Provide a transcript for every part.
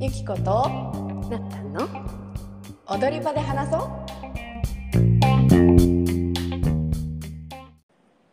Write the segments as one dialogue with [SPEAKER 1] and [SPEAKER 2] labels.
[SPEAKER 1] ゆきこと
[SPEAKER 2] なったの
[SPEAKER 1] 踊り場で話そう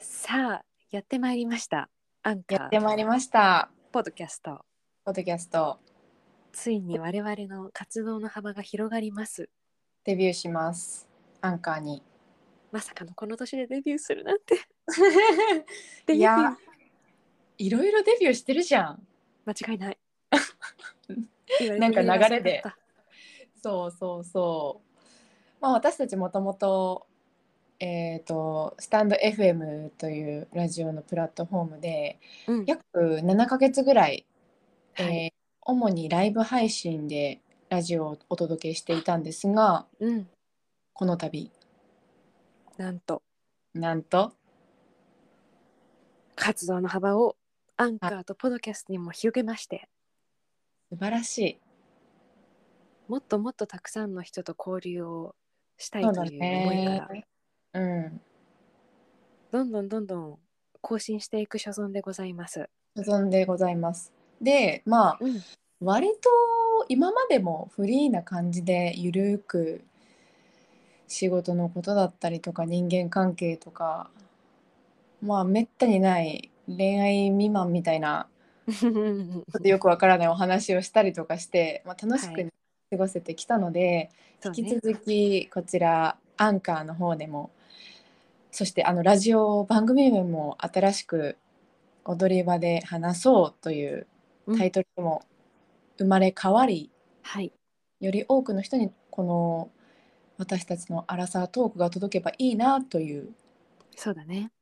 [SPEAKER 2] さあやってまいりましたアンカ
[SPEAKER 1] やって
[SPEAKER 2] ー
[SPEAKER 1] まいりました
[SPEAKER 2] ポッドキャスト
[SPEAKER 1] ポッドキャスト
[SPEAKER 2] ついに我々の活動の幅が広がります
[SPEAKER 1] デビューしますアンカーに
[SPEAKER 2] まさかのこの年でデビューするなんてデ
[SPEAKER 1] い
[SPEAKER 2] ビュー
[SPEAKER 1] やいろいろデビューしてるじゃん
[SPEAKER 2] 間違いない
[SPEAKER 1] なんか流れで
[SPEAKER 2] 言わ
[SPEAKER 1] そうそうそうまあ私たちもともとえっ、とスタンド FM というラジオのプラットフォームで
[SPEAKER 2] れてみればそうだった、
[SPEAKER 1] 約7ヶ月ぐらい、
[SPEAKER 2] うんはい
[SPEAKER 1] えー主にライブ配信でラジオをお届けしていたんですが
[SPEAKER 2] うん、
[SPEAKER 1] この度
[SPEAKER 2] なんと
[SPEAKER 1] なんと
[SPEAKER 2] 活動の幅をアンカーとポッドキャストにも広げまして
[SPEAKER 1] 素晴らしい
[SPEAKER 2] もっともっとたくさんの人と交流をしたい
[SPEAKER 1] そう
[SPEAKER 2] と
[SPEAKER 1] だ
[SPEAKER 2] いう思いから
[SPEAKER 1] ね、うん
[SPEAKER 2] どんどんどんどん更新していく所存でございます。
[SPEAKER 1] 所存でございますでまあ
[SPEAKER 2] うん、
[SPEAKER 1] 割と今までもフリーな感じでゆるく仕事のことだったりとか人間関係とかまあめったにない恋愛未満みたいな ちょっとよくわからないお話をしたりとかして、まあ、楽し
[SPEAKER 2] は
[SPEAKER 1] く
[SPEAKER 2] い
[SPEAKER 1] 過ごせてきたので、
[SPEAKER 2] そう
[SPEAKER 1] 引き
[SPEAKER 2] ね、
[SPEAKER 1] 続きこちらアンカーの方でもそしてあのラジオ番組名も新しく「踊り場で話そう」というタイトルにも生まれ変わり、
[SPEAKER 2] はい、
[SPEAKER 1] より多くの人にこの私たちのアラサートークが届けばいいなという
[SPEAKER 2] そうだね。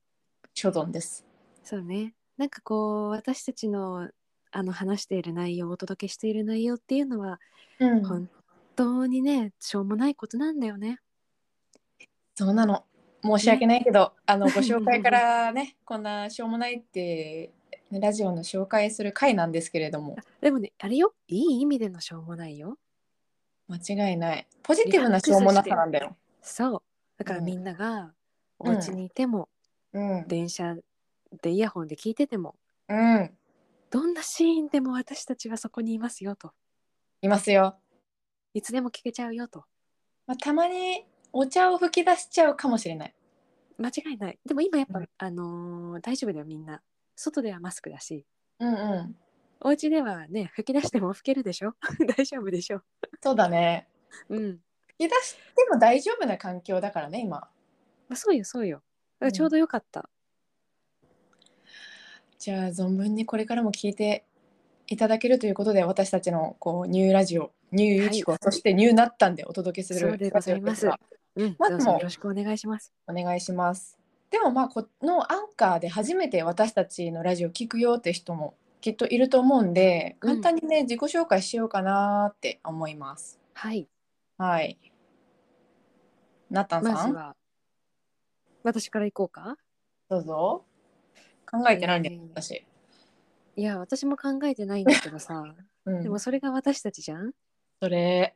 [SPEAKER 1] 所存です。
[SPEAKER 2] そうね。なんかこう私たちのあの話している内容お届けしている内容っていうのは、
[SPEAKER 1] うん、
[SPEAKER 2] 本当にねしょうもないことなんだよね。
[SPEAKER 1] そうなの申し訳ないけど、あのご紹介からねこんなしょうもないってラジオの紹介する回なんですけれども
[SPEAKER 2] でもねあれよいい意味でのしょうもないよ。
[SPEAKER 1] 間違いないポジティブなしょうもなさなんだよ。
[SPEAKER 2] そうだから
[SPEAKER 1] うん
[SPEAKER 2] みんながお家にいても、
[SPEAKER 1] うん、
[SPEAKER 2] 電車でイヤホンで聞いてても
[SPEAKER 1] うん、
[SPEAKER 2] どんなシーンでも私たちはそこにいますよと
[SPEAKER 1] いますよ、
[SPEAKER 2] いつでも聞けちゃうよと
[SPEAKER 1] まあ、たまにお茶を吹き出しちゃうかもしれない。
[SPEAKER 2] 間違いないでも今やっぱ、
[SPEAKER 1] うん
[SPEAKER 2] あのー大丈夫だよみんな外ではマスクだし
[SPEAKER 1] うんうん、
[SPEAKER 2] お家ではね吹き出しても吹けるでしょ 大丈夫でしょ
[SPEAKER 1] そうだね
[SPEAKER 2] うん、
[SPEAKER 1] 吹き出しても大丈夫な環境だからね今。
[SPEAKER 2] まあ、そうよそうよだか
[SPEAKER 1] う
[SPEAKER 2] ら
[SPEAKER 1] ん
[SPEAKER 2] ちょうどよかった、
[SPEAKER 1] じゃあ存分にこれからも聞いていただけるということで私たちのこうニューラジオニューユキコ、
[SPEAKER 2] はい
[SPEAKER 1] そしてニューナッタンでお届けする
[SPEAKER 2] そうでございます
[SPEAKER 1] ラジオですが
[SPEAKER 2] うん
[SPEAKER 1] まあ
[SPEAKER 2] どう
[SPEAKER 1] で
[SPEAKER 2] ぞ
[SPEAKER 1] も
[SPEAKER 2] よろしくお願いします
[SPEAKER 1] お願いします。でもまあこのアンカーで初めて私たちのラジオ聞くよって人もきっといると思うんで
[SPEAKER 2] うん
[SPEAKER 1] 簡単にね、自己紹介しようかなって思います。
[SPEAKER 2] はい
[SPEAKER 1] はい。ナタン
[SPEAKER 2] ま
[SPEAKER 1] さ
[SPEAKER 2] ず
[SPEAKER 1] ん、
[SPEAKER 2] は私から行こうか
[SPEAKER 1] どうぞ。考えてないね、
[SPEAKER 2] えー
[SPEAKER 1] 私。
[SPEAKER 2] いや私も考えてないんだけどさ
[SPEAKER 1] うん、
[SPEAKER 2] でもそれが私たちじゃん
[SPEAKER 1] それ、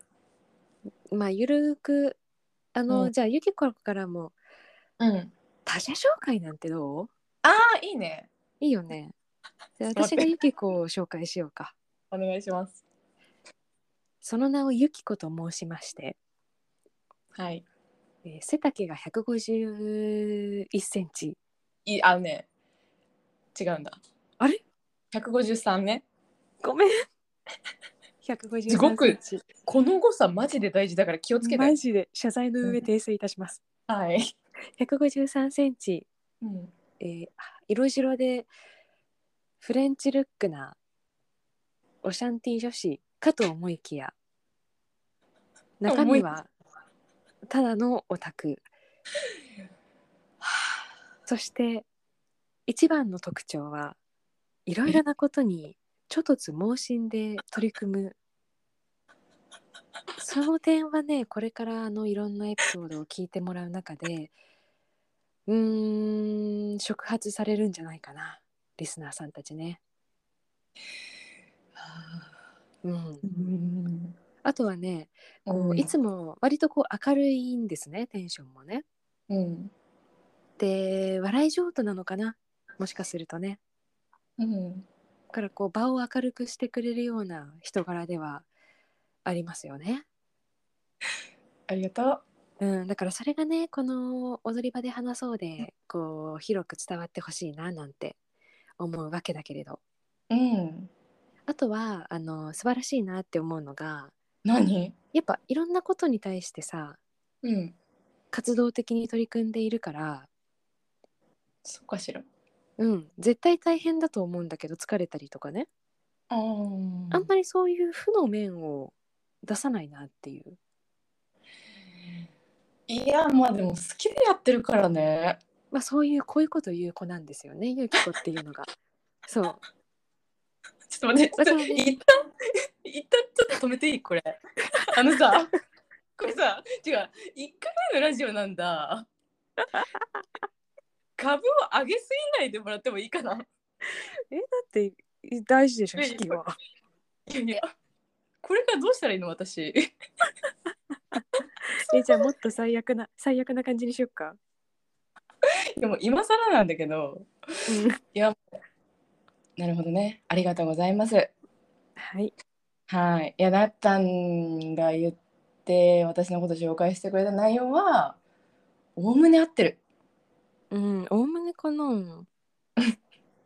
[SPEAKER 2] まあゆるくあの、
[SPEAKER 1] うん
[SPEAKER 2] じゃあゆきこからも
[SPEAKER 1] うん。
[SPEAKER 2] 他者紹介なんてどう
[SPEAKER 1] ああいいね。
[SPEAKER 2] いいよねじゃあ
[SPEAKER 1] ちょっと待って
[SPEAKER 2] 私がゆきこを紹介しようか
[SPEAKER 1] お願いします。
[SPEAKER 2] その名をゆきこと申しまして、
[SPEAKER 1] はい。
[SPEAKER 2] えー背丈が151センチ
[SPEAKER 1] いいあのね違うんだ。
[SPEAKER 2] あれ
[SPEAKER 1] 153ね。
[SPEAKER 2] ごめん153センチ
[SPEAKER 1] すごくこの誤差マジで大事だから気をつけ
[SPEAKER 2] マ
[SPEAKER 1] て。
[SPEAKER 2] ジで謝罪の上訂正いたします、
[SPEAKER 1] はい。
[SPEAKER 2] 153センチ、
[SPEAKER 1] うん。
[SPEAKER 2] えー色白でフレンチルックなオシャンティ女子かと思いきや中身はただのオタクそして一番の特徴はいろいろなことにちょっとつ盲信で取り組むその点はねこれからあのいろんなエピソードを聞いてもらう中でうーん触発されるんじゃないかなリスナーさんたちね。うん、
[SPEAKER 1] うん
[SPEAKER 2] あとはねこ
[SPEAKER 1] う
[SPEAKER 2] うんいつも割とこう明るいんですねテンションもね。
[SPEAKER 1] うん。
[SPEAKER 2] で笑い上手なのかなもしかするとね。
[SPEAKER 1] うん。
[SPEAKER 2] からこう場を明るくしてくれるような人柄ではありますよね。
[SPEAKER 1] ありがとう。
[SPEAKER 2] うん、だからそれがねこの踊り場で話そうでこう広く伝わってほしいななんて思うわけだけれど
[SPEAKER 1] うん。
[SPEAKER 2] あとはあの素晴らしいなって思うのが
[SPEAKER 1] 何？
[SPEAKER 2] やっぱいろんなことに対してさ
[SPEAKER 1] うん。
[SPEAKER 2] 活動的に取り組んでいるから、
[SPEAKER 1] そうかしら。
[SPEAKER 2] うん、絶対大変だと思うんだけど疲れたりとかね
[SPEAKER 1] ああ。
[SPEAKER 2] あんまりそういう負の面を出さないなっていう。
[SPEAKER 1] いやまあでも好きでやってるからね。
[SPEAKER 2] まあ、そういうこういうこと言う子なんですよねゆうき子っていうの が。そう
[SPEAKER 1] ちょっと待って、ちょっと
[SPEAKER 2] だからね
[SPEAKER 1] 一旦一旦ちょっと止めていいこ れ。あのさ、これさ、違う、一回目のラジオなんだ。株を上げすぎないでもらってもいいかな。
[SPEAKER 2] だって大事でしょ
[SPEAKER 1] ね
[SPEAKER 2] 引きは。
[SPEAKER 1] いやいや、これからどうしたらいいの私。
[SPEAKER 2] えじゃあもっと最悪な最悪な感じにしよっか。
[SPEAKER 1] でも今更なんだけど。なるほどね。ありがとうございます。
[SPEAKER 2] はい。
[SPEAKER 1] はい。いや、なったんが言って、私のこと紹介してくれた内容は、おおむね合ってる。
[SPEAKER 2] うん。おおむねこの
[SPEAKER 1] い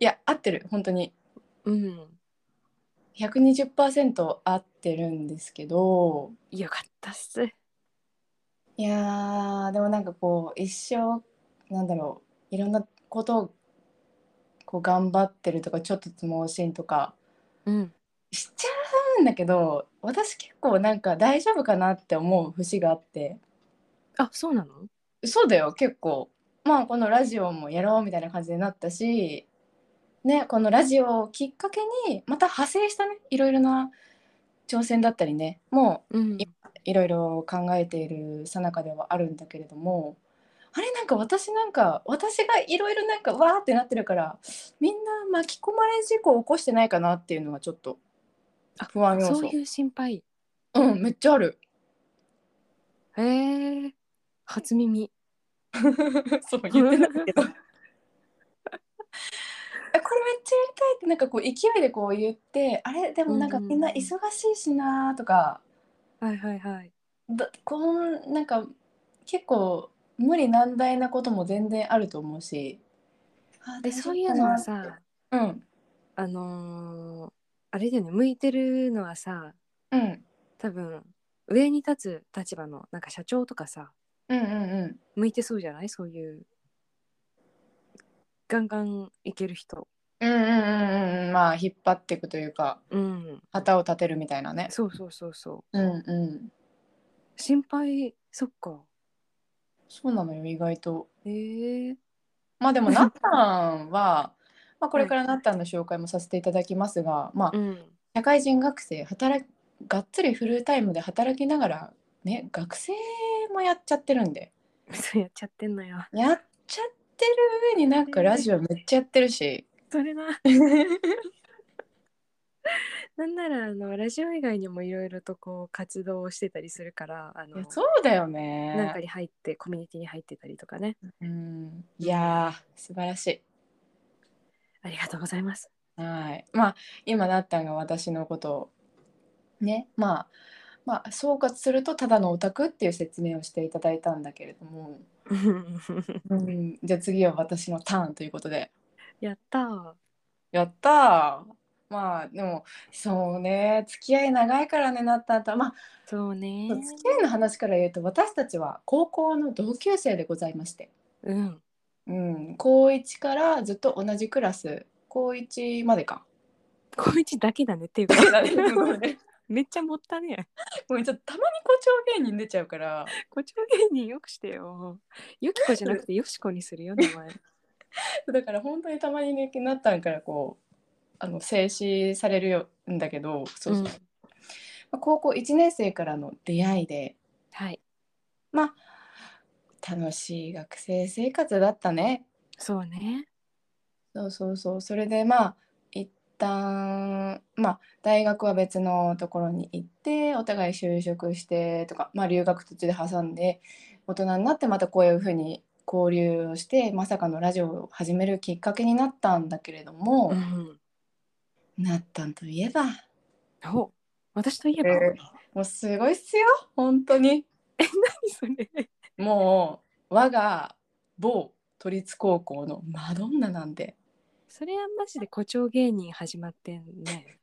[SPEAKER 1] や、合ってる。本当に。
[SPEAKER 2] うん。
[SPEAKER 1] 120%合ってるんですけど
[SPEAKER 2] よかったっす。
[SPEAKER 1] いやーでもなんかこう一生なんだろういろんなことをこう頑張ってるとかちょっと盲信とか
[SPEAKER 2] うん。
[SPEAKER 1] しちゃうんだけど私結構なんか大丈夫かなって思う節があって
[SPEAKER 2] あそうなの？
[SPEAKER 1] そうだよ結構まあこのラジオもやろうみたいな感じになったしねこのラジオをきっかけにまた派生したねいろいろな挑戦だったりねもう
[SPEAKER 2] うん
[SPEAKER 1] いいろいろ考えている最中ではあるんだけれどもあれなんか私なんか私がいろいろなんかわーってなってるからみんな巻き込まれ事故を起こしてないかなっていうのはちょっと
[SPEAKER 2] あ
[SPEAKER 1] 不安要素
[SPEAKER 2] そういう心配。
[SPEAKER 1] うんめっちゃある
[SPEAKER 2] へえ。初 耳。
[SPEAKER 1] そう言ってないけどえこれめっちゃやりたいってなんかこう勢いでこう言ってあれでもなんかみんな忙しいしなとか、
[SPEAKER 2] はいはいはい。
[SPEAKER 1] だこんなんか結構無理難題なことも全然あると思うしあ
[SPEAKER 2] で
[SPEAKER 1] 大丈夫
[SPEAKER 2] そういうのはさ
[SPEAKER 1] かなうん
[SPEAKER 2] あのーあれだよね向いてるのはさ
[SPEAKER 1] うん
[SPEAKER 2] 多分上に立つ立場のなんか社長とかさ
[SPEAKER 1] うんうんうん
[SPEAKER 2] 向いてそうじゃないそういうガンガンいける人。
[SPEAKER 1] うんうんうんうんうんまあ引っ張っていくというか
[SPEAKER 2] うん。
[SPEAKER 1] 旗を立てるみたいなね
[SPEAKER 2] そうそうそうそう。
[SPEAKER 1] うんうん
[SPEAKER 2] 心配そっか
[SPEAKER 1] そうなのよ意外と
[SPEAKER 2] えー、
[SPEAKER 1] まあでもなったんは まあこれからなったんの紹介もさせていただきますがまあ
[SPEAKER 2] うん
[SPEAKER 1] 社会人学生働きがっつりフルタイムで働きながらね学生もやっちゃってるんで
[SPEAKER 2] そうやっちゃってんのよ
[SPEAKER 1] やっちゃってる上になんかラジオめっちゃやってるし。
[SPEAKER 2] そ れななんならあのラジオ以外にもいろいろとこう活動をしてたりするからあ
[SPEAKER 1] い
[SPEAKER 2] の
[SPEAKER 1] やそうだよね。
[SPEAKER 2] なんかに入ってコミュニティに入ってたりとかね
[SPEAKER 1] うん、いやー素晴らし
[SPEAKER 2] ありがとうござい ます
[SPEAKER 1] い。はい。まあ今なったんが私のことをねまあまあ総括するとただのオタクっていう説明をしていただいたんだけれども、うん、じゃあ次は私のターンということで。
[SPEAKER 2] やったー
[SPEAKER 1] やったー。まあでもそうね付き合い長いからねなったんとまあ
[SPEAKER 2] そうね
[SPEAKER 1] そう付き合いの話から言うと私たちは高校の同級生でございまして、
[SPEAKER 2] うん
[SPEAKER 1] うん、高1からずっと同じクラス高1まで か。
[SPEAKER 2] 高一だけだねっていうか めっちゃもったね
[SPEAKER 1] ごめんちょっとたまに誇張芸人出ちゃうから
[SPEAKER 2] 誇張芸人よくしてよゆきこじゃなくてよしこにするよ名前
[SPEAKER 1] だから本当にたまにねなったんからこうあの静止されるよんだけどそうそう
[SPEAKER 2] うん
[SPEAKER 1] まあ高校1年生からの出会いで
[SPEAKER 2] はい
[SPEAKER 1] まあ楽しい学生生活だったね
[SPEAKER 2] そうね
[SPEAKER 1] そうそうそうそれでまあ一旦まあ大学は別のところに行ってお互い就職してとか、まあ、留学途中で挟んで大人になってまたこういうふうに交流をしてまさかのラジオを始めるきっかけになったんだけれども、
[SPEAKER 2] うん
[SPEAKER 1] なったんといえば
[SPEAKER 2] お私といえば、
[SPEAKER 1] えもうすごいっすよ本当に
[SPEAKER 2] 何それ
[SPEAKER 1] もう我が某都立高校のマドンナなんで
[SPEAKER 2] それはマジで誇張芸人始まってんね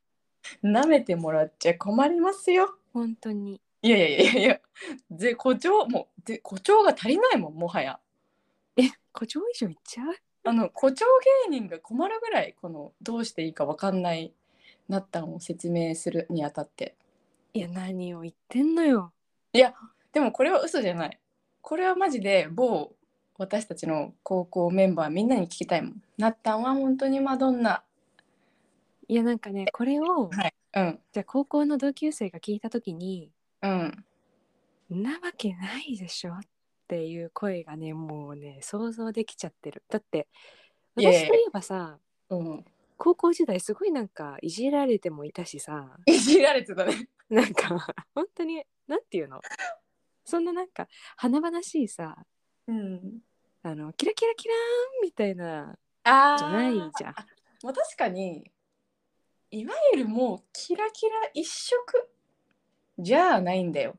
[SPEAKER 1] 舐めてもらっちゃ困りますよ
[SPEAKER 2] 本当に
[SPEAKER 1] いやいやいやいやで誇張もうで誇張が足りないもんもはや
[SPEAKER 2] え誇張以上いっちゃう
[SPEAKER 1] あの誇張芸人が困るぐらいこのどうしていいか分かんないなったんを説明するにあたって
[SPEAKER 2] いや何を言ってんのよ
[SPEAKER 1] でもこれは嘘じゃないこれはマジで某私たちの高校メンバーみんなに聞きたいもんなったんは本当にマドンナ
[SPEAKER 2] いやなんかねこれ
[SPEAKER 1] う
[SPEAKER 2] を
[SPEAKER 1] ん
[SPEAKER 2] じゃあ高校の同級生が聞いた時に
[SPEAKER 1] うん
[SPEAKER 2] 「んなわけないでしょ」っていう声がねもうね想像できちゃってるだって
[SPEAKER 1] いやいや
[SPEAKER 2] 私といえばさ
[SPEAKER 1] うん
[SPEAKER 2] 高校時代すごいなんかいじられてもいたしさ
[SPEAKER 1] いじられてたね
[SPEAKER 2] なんか本当になんていうのそんななんか華々しいさ
[SPEAKER 1] うん
[SPEAKER 2] あのキラキラキラーンみたいな
[SPEAKER 1] あー
[SPEAKER 2] じゃないじゃん
[SPEAKER 1] まあ確かにいわゆるもうキラキラ一色じゃあないんだよ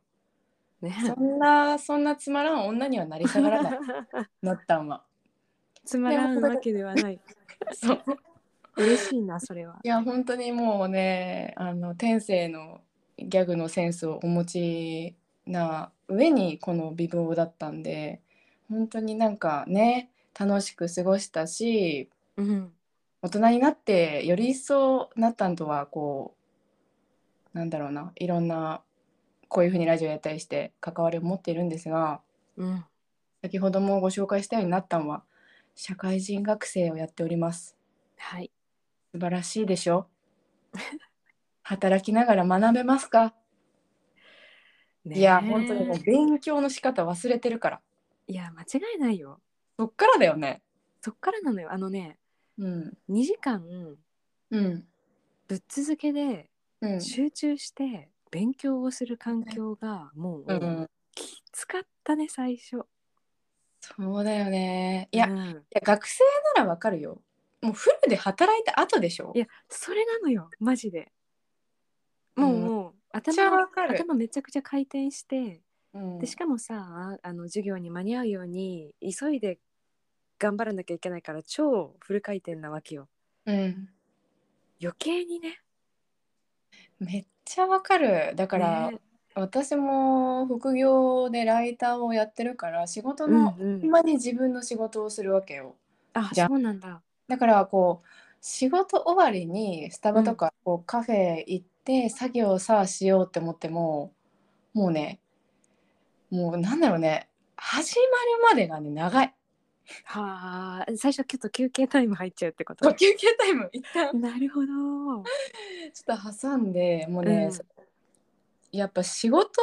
[SPEAKER 2] ね
[SPEAKER 1] そんなそんなつまらん女にはなり下が らないなったんは
[SPEAKER 2] つまらんわけではない
[SPEAKER 1] そう
[SPEAKER 2] 嬉しいなそれはい
[SPEAKER 1] や本当にもうねあの天性のギャグのセンスをお持ちな上にこの美貌だったんで本当になんかね楽しく過ごしたし
[SPEAKER 2] うん
[SPEAKER 1] 大人になってより一層なったんとはこうなんだろうないろんなこういうふうにラジオやったりして関わりを持っているんですが
[SPEAKER 2] うん
[SPEAKER 1] 先ほどもご紹介したようになったんは社会人学生をやっております
[SPEAKER 2] はい
[SPEAKER 1] 素晴らしいでし ょ働きながら学べますか
[SPEAKER 2] ねえ
[SPEAKER 1] いや本当にもう勉強の仕方忘れてるから
[SPEAKER 2] いや間違いないよ
[SPEAKER 1] そっからだよね
[SPEAKER 2] そっからなのよあのね
[SPEAKER 1] うん
[SPEAKER 2] 2時間
[SPEAKER 1] うん
[SPEAKER 2] ぶっ続けで
[SPEAKER 1] うん
[SPEAKER 2] 集中して勉強をする環境がも
[SPEAKER 1] う
[SPEAKER 2] うんきつかったね最初
[SPEAKER 1] そうだよねいや,、
[SPEAKER 2] う
[SPEAKER 1] い
[SPEAKER 2] ん
[SPEAKER 1] や学生ならわかるよもうフルで働いた後でしょ
[SPEAKER 2] いやそれなのよマジでもう
[SPEAKER 1] うん
[SPEAKER 2] もう
[SPEAKER 1] っちゃ
[SPEAKER 2] 頭
[SPEAKER 1] わかる
[SPEAKER 2] 頭めちゃくちゃ回転して
[SPEAKER 1] うん
[SPEAKER 2] でしかもさあの授業に間に合うように急いで頑張らなきゃいけないから超フル回転なわけよ
[SPEAKER 1] うん、
[SPEAKER 2] 余計にね
[SPEAKER 1] めっちゃわかるだから、
[SPEAKER 2] ね
[SPEAKER 1] 私も副業でライターをやってるから仕事
[SPEAKER 2] うん
[SPEAKER 1] の
[SPEAKER 2] うん
[SPEAKER 1] 合間に自分の仕事をするわけよ、
[SPEAKER 2] あ
[SPEAKER 1] じゃ
[SPEAKER 2] そうなんだ
[SPEAKER 1] だからこう仕事終わりにスタバとかこうカフェ行って作業さあしようって思ってももうねもうなんだろうね始まるまでがね長い
[SPEAKER 2] はあ最初ちょっと休憩タイム入っちゃうってこと
[SPEAKER 1] そう休憩タイム一旦
[SPEAKER 2] なるほど
[SPEAKER 1] ちょっと挟んでもうね、
[SPEAKER 2] うん
[SPEAKER 1] そやっぱ仕事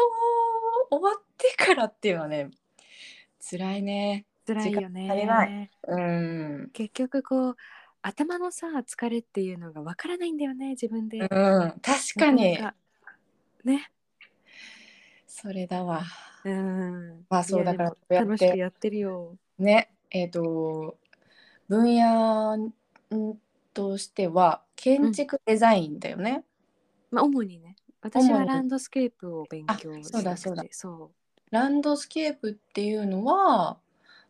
[SPEAKER 1] 終わってからっていうのはね辛いね
[SPEAKER 2] 辛いよ
[SPEAKER 1] 時間足りな
[SPEAKER 2] ね
[SPEAKER 1] うん
[SPEAKER 2] 結局こう頭のさ疲れっていうのがわからないんだよね自分で、
[SPEAKER 1] うん確かに
[SPEAKER 2] なかなかね
[SPEAKER 1] それだわ
[SPEAKER 2] うん
[SPEAKER 1] まあそう
[SPEAKER 2] いやでも
[SPEAKER 1] だからこうや
[SPEAKER 2] 楽
[SPEAKER 1] って
[SPEAKER 2] しくやってるよ
[SPEAKER 1] ねえっ、と分野んとしては建築デザインだよね、
[SPEAKER 2] まあ主にね私
[SPEAKER 1] 主
[SPEAKER 2] は
[SPEAKER 1] に
[SPEAKER 2] ランドスケープを勉強
[SPEAKER 1] あそうだそうだ
[SPEAKER 2] しててそう
[SPEAKER 1] ランドスケープっていうのは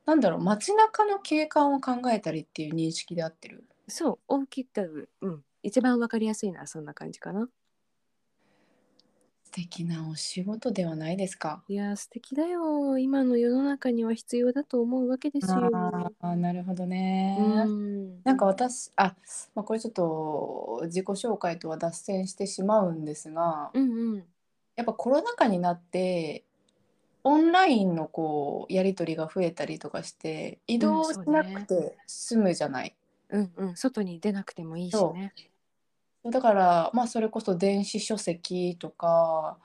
[SPEAKER 1] なんだろう街中の景観を考えたりっていう認識で合ってる
[SPEAKER 2] そう大きくうん一番わかりやすいのはそんな感じかな
[SPEAKER 1] 素敵なお仕事ではないですか
[SPEAKER 2] いやー素敵だよ今の世の中には必要だと思うわけですよ
[SPEAKER 1] あーなるほどね、
[SPEAKER 2] うん
[SPEAKER 1] なんか私あ、まあ、これちょっと自己紹介とは脱線してしまうんですが
[SPEAKER 2] うんうん
[SPEAKER 1] やっぱコロナ禍になってオンラインのこうやり取りが増えたりとかして移動しなくて済むじゃない、
[SPEAKER 2] うんうん外に出なくてもいいしね
[SPEAKER 1] だから、まあ、それこそ電子書籍とか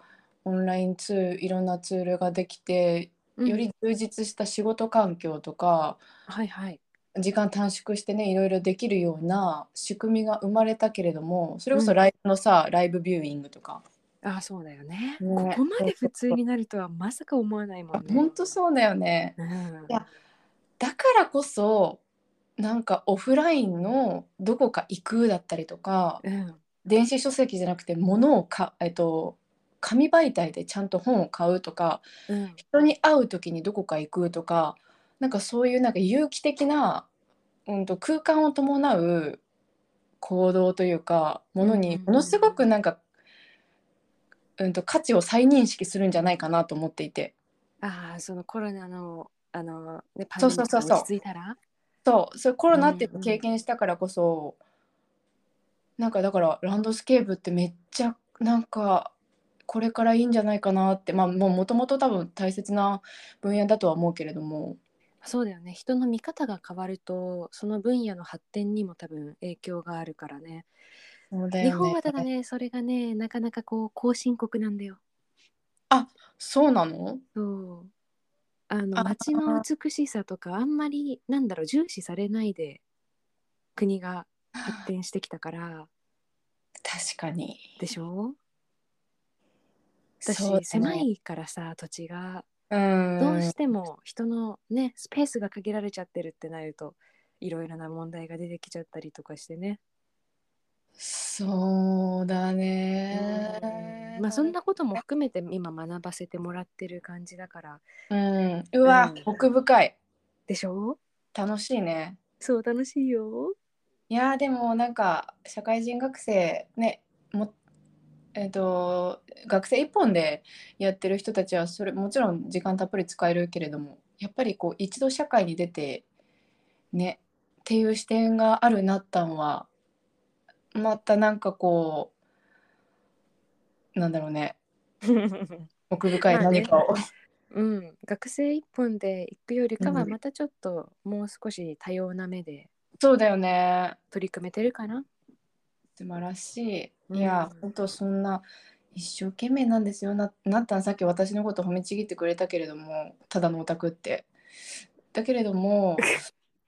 [SPEAKER 1] オンラインツールいろんなツールができて
[SPEAKER 2] うん
[SPEAKER 1] より充実した仕事環境とか、
[SPEAKER 2] はいはい
[SPEAKER 1] 時間短縮してねいろいろできるような仕組みが生まれたけれどもそれこ
[SPEAKER 2] う
[SPEAKER 1] そ
[SPEAKER 2] ん
[SPEAKER 1] ライブのさ、ライブビューイングとか
[SPEAKER 2] あそうだよね
[SPEAKER 1] ね
[SPEAKER 2] ここまで普通になるとはまさか思わないもんね
[SPEAKER 1] 本当そうだよね。
[SPEAKER 2] うん
[SPEAKER 1] いやだからこそなんかオフラインのどこか行くだったりとか
[SPEAKER 2] うん
[SPEAKER 1] 電子書籍じゃなくて物をか、えっと、紙媒体でちゃんと本を買うとか
[SPEAKER 2] うん
[SPEAKER 1] 人に会う時にどこか行くとかなんかそういうなんか有機的な、うん、と空間を伴う行動というかもの
[SPEAKER 2] う
[SPEAKER 1] に
[SPEAKER 2] ん
[SPEAKER 1] ものすごくなんか、うん、と価値を再認識するんじゃないかなと思っていて。
[SPEAKER 2] ああそのコロナのあの、ね、パ
[SPEAKER 1] そ
[SPEAKER 2] ンデ
[SPEAKER 1] う
[SPEAKER 2] ミ
[SPEAKER 1] そうそう
[SPEAKER 2] ックが
[SPEAKER 1] そう
[SPEAKER 2] 落ち着いたら
[SPEAKER 1] そうそれコロナっていうの
[SPEAKER 2] うんうん
[SPEAKER 1] 経験したからこそ、なんかだからランドスケープってめっちゃなんかこれからいいんじゃないかなってまあもともと多分大切な分野だとは思うけれども
[SPEAKER 2] そうだよね人の見方が変わるとその分野の発展にも多分影響があるからね
[SPEAKER 1] そうだよね
[SPEAKER 2] 日本はただねそれがねなかなかこう後進国なんだよ
[SPEAKER 1] そうなの
[SPEAKER 2] そうあの
[SPEAKER 1] あー
[SPEAKER 2] 街の美しさとかあんまりなんだろう重視されないで国が発展してきたから
[SPEAKER 1] 確かに
[SPEAKER 2] でしょ私、
[SPEAKER 1] そうだね
[SPEAKER 2] 狭いからさ土地が
[SPEAKER 1] うん
[SPEAKER 2] どうしても人のねスペースが限られちゃってるってなるといろいろな問題が出てきちゃったりとかしてね、
[SPEAKER 1] そうだね
[SPEAKER 2] うんまあそんなことも含めて今学ばせてもらってる感じだから
[SPEAKER 1] うんうわ、
[SPEAKER 2] うん
[SPEAKER 1] 奥深い
[SPEAKER 2] でしょ
[SPEAKER 1] 楽しいね
[SPEAKER 2] そう楽しいよ
[SPEAKER 1] いやーでもなんか社会人学生ねもえっと学生一本でやってる人たちはそれもちろん時間たっぷり使えるけれどもやっぱりこう一度社会に出てねっていう視点があるなったんはまたなんかこうなんだろうね奥深い
[SPEAKER 2] まあね
[SPEAKER 1] 何かを、
[SPEAKER 2] うん学生一本で行くよりかは
[SPEAKER 1] うん
[SPEAKER 2] またちょっともう少し多様な目で
[SPEAKER 1] そうだよね
[SPEAKER 2] 取り組めてるかな
[SPEAKER 1] 素晴らし
[SPEAKER 2] うん
[SPEAKER 1] い。いや、本当そんな一生懸命なんですよな。なったんさっき私のこと褒めちぎってくれたけれども、ただのオタクって。だけれど も、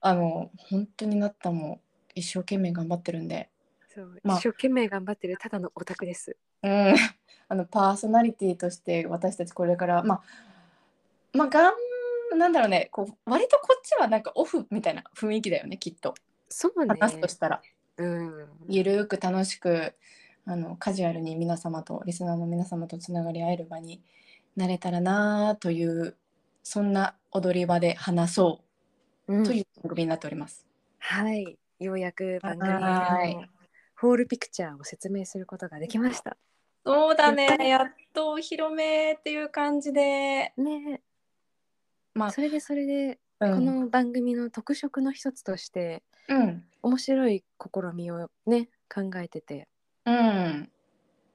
[SPEAKER 1] あの本当になったも一生懸命頑張ってるんで、
[SPEAKER 2] そう、
[SPEAKER 1] まあ
[SPEAKER 2] 一生懸命頑張ってるただのオタクです
[SPEAKER 1] うん、あのパーソナリティとして私たちこれからまあまあがんなんだろうね、こう割とこっちはなんかオフみたいな雰囲気だよね、きっと。
[SPEAKER 2] そうね
[SPEAKER 1] 話すとしたら。
[SPEAKER 2] うん
[SPEAKER 1] ゆるーく楽しくあのカジュアルに皆様とリスナーの皆様とつながり合える場になれたらなあというそんな踊り場で話そ
[SPEAKER 2] うん
[SPEAKER 1] うという番組になっております。
[SPEAKER 2] はい、ようやく番組
[SPEAKER 1] はい
[SPEAKER 2] のホールピクチャーを説明することができました。
[SPEAKER 1] そう
[SPEAKER 2] だね
[SPEAKER 1] やっとお披露目っていう感じで。
[SPEAKER 2] ね、
[SPEAKER 1] まあ
[SPEAKER 2] それでそれで、
[SPEAKER 1] うん、
[SPEAKER 2] この番組の特色の一つとして
[SPEAKER 1] うん、
[SPEAKER 2] 面白い試みをね考えてて、
[SPEAKER 1] うん、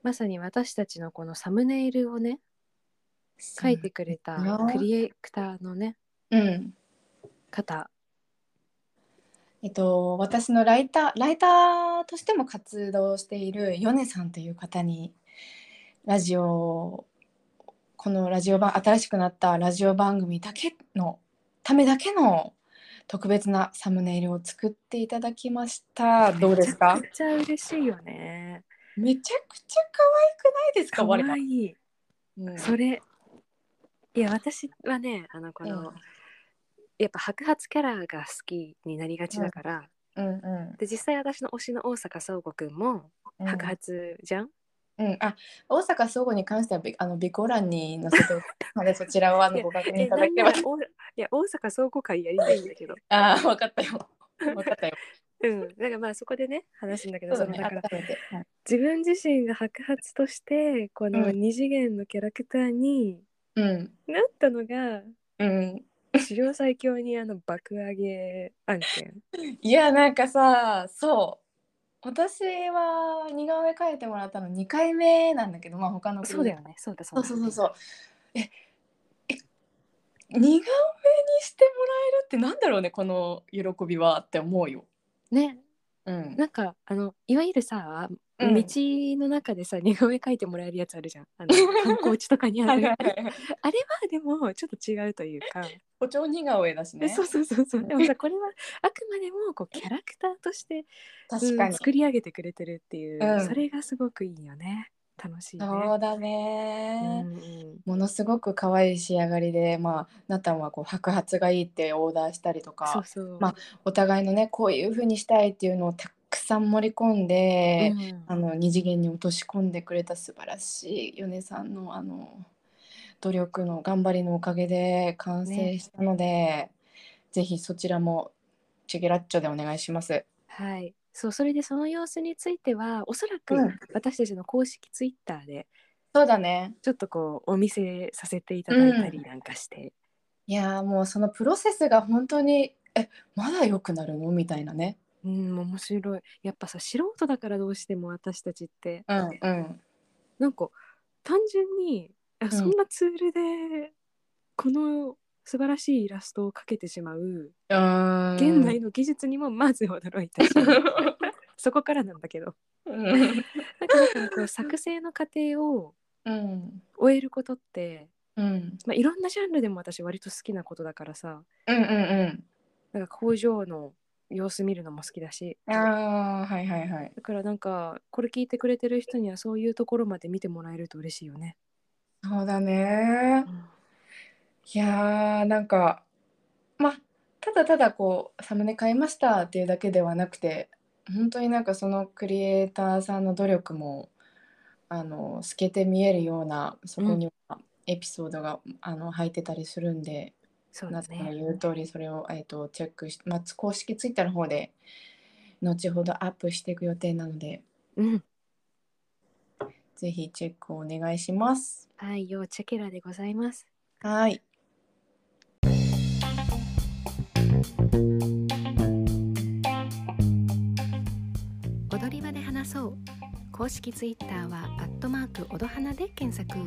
[SPEAKER 2] まさに私たちのこのサムネイルをね書いてくれた
[SPEAKER 1] うん
[SPEAKER 2] クリエイターのね
[SPEAKER 1] うん、
[SPEAKER 2] 方、
[SPEAKER 1] えっと、私のライター、ライターとしても活動しているヨネさんという方に、ラジオ、このラジオ番、新しくなったラジオ番組だけの、ためだけの特別なサムネイルを作っていただきました。どうですか
[SPEAKER 2] めちゃくちゃ嬉しいよね。
[SPEAKER 1] めちゃくちゃ可愛くないですか
[SPEAKER 2] 可
[SPEAKER 1] 我ら。
[SPEAKER 2] 愛い。
[SPEAKER 1] うん
[SPEAKER 2] それいや私はねあのこの、
[SPEAKER 1] うん
[SPEAKER 2] やっぱ白髪キャラが好きになりがちだから、
[SPEAKER 1] うんう
[SPEAKER 2] で実際私の推しの大阪聡吾くんも
[SPEAKER 1] ん。
[SPEAKER 2] 白髪じゃん、
[SPEAKER 1] うん、あ、大阪総合に関しては、びあの、備考欄に載せておくので、そちらをあのご確認
[SPEAKER 2] え
[SPEAKER 1] いた
[SPEAKER 2] な
[SPEAKER 1] だ
[SPEAKER 2] ん
[SPEAKER 1] けれ
[SPEAKER 2] な
[SPEAKER 1] ば
[SPEAKER 2] ら。おい や大阪聡吾会やりたいんだけ ど
[SPEAKER 1] ああ、わかったよ。わかったよ。
[SPEAKER 2] うんなんかまあそこでね話すんだけど
[SPEAKER 1] そう
[SPEAKER 2] そ
[SPEAKER 1] だ
[SPEAKER 2] の
[SPEAKER 1] ね、
[SPEAKER 2] だから
[SPEAKER 1] 改めて。はい
[SPEAKER 2] 自分自身が白髪としてこの
[SPEAKER 1] うん
[SPEAKER 2] 二次元のキャラクターに
[SPEAKER 1] うん。
[SPEAKER 2] なったのが、
[SPEAKER 1] うん。
[SPEAKER 2] 史上最強にあの爆上げ案 件
[SPEAKER 1] いや、なんかさ、そう。私は似顔絵描いてもらったの2回目なんだけど、まあ他の子に
[SPEAKER 2] そうだよねそうだそ
[SPEAKER 1] そうう
[SPEAKER 2] だ
[SPEAKER 1] そうそうそう。え、え、似顔絵にしてもらえるってなんだろうね、この喜びはって思うよ。
[SPEAKER 2] ね
[SPEAKER 1] うん。
[SPEAKER 2] なんかあのいわゆるさ、
[SPEAKER 1] うん
[SPEAKER 2] 道の中でさ似顔絵描いてもらえるやつあるじゃんあの観光地とかにあ
[SPEAKER 1] はい
[SPEAKER 2] る
[SPEAKER 1] はい
[SPEAKER 2] あれ
[SPEAKER 1] はい。
[SPEAKER 2] あれはでもちょっと違うというか、
[SPEAKER 1] 誇張似顔絵だしね。
[SPEAKER 2] そうそうそ うそうでもさこれはあくまでもこうキャラクターとして
[SPEAKER 1] 確
[SPEAKER 2] う
[SPEAKER 1] か
[SPEAKER 2] ん
[SPEAKER 1] に。
[SPEAKER 2] 作り上げてくれてるっていう、
[SPEAKER 1] うん
[SPEAKER 2] それがすごくいいよね楽しいね。
[SPEAKER 1] そうだね。
[SPEAKER 2] うんうん
[SPEAKER 1] ものすごく可愛い仕上がりで、まあ、なたんはこう白髪がいいってオーダーしたりとか
[SPEAKER 2] そうそう、
[SPEAKER 1] まあお互いのねこういう風にしたいっていうのをたくさん盛り込んで、
[SPEAKER 2] うん
[SPEAKER 1] あの二次元に落とし込んでくれた素晴らしい米さんのあの努力の頑張りのおかげで完成したので、ぜひそちらもチェゲラッチョでお願いします。
[SPEAKER 2] はい、そうそれでその様子についてはおそらく
[SPEAKER 1] うん
[SPEAKER 2] 私たちの公式ツイッターで
[SPEAKER 1] そうだね
[SPEAKER 2] ちょっとこうお見せさせていただいたりなんかして、
[SPEAKER 1] いやーもうそのプロセスが本当にえまだ良くなるのみたいなね。
[SPEAKER 2] うん、面白いやっぱさ素人だからどうしても私たちって
[SPEAKER 1] うんうん
[SPEAKER 2] なんか単純にあ
[SPEAKER 1] ん
[SPEAKER 2] そんなツールでこの素晴らしいイラストを描けてしまう
[SPEAKER 1] うーん
[SPEAKER 2] 現代の技術にもまず驚 いたし、そこからなんだけど
[SPEAKER 1] うん
[SPEAKER 2] なんかだからこう作成の過程を
[SPEAKER 1] うん
[SPEAKER 2] 終えることって、
[SPEAKER 1] うん
[SPEAKER 2] まあ、いろんなジャンルでも私割と好きなことだからさ
[SPEAKER 1] うんうん
[SPEAKER 2] なんか工場の様子見るのも好きだし
[SPEAKER 1] うんああはいはいはい
[SPEAKER 2] だからなんかこれ聞いてくれてる人にはそういうところまで見てもらえると嬉しいよね。
[SPEAKER 1] そうだねいやーなんかまあただただこうサムネ買いましたっていうだけではなくて本当になんかそのクリエイターさんの努力もあの透けて見えるようなそこにはエピソードが、あの入ってたりするんで
[SPEAKER 2] そうだ
[SPEAKER 1] 夏の
[SPEAKER 2] ね。
[SPEAKER 1] 言う通りそれを、えー、とチェックし、まあ、公式ツイッターの方で後ほどアップしていく予定なので
[SPEAKER 2] うん。
[SPEAKER 1] ぜひチェックをお願いします。
[SPEAKER 2] はい、ようチェケラでございます。
[SPEAKER 1] はい
[SPEAKER 2] 踊り場で話そう。公式ツイッターはアットマークおどはなで検索。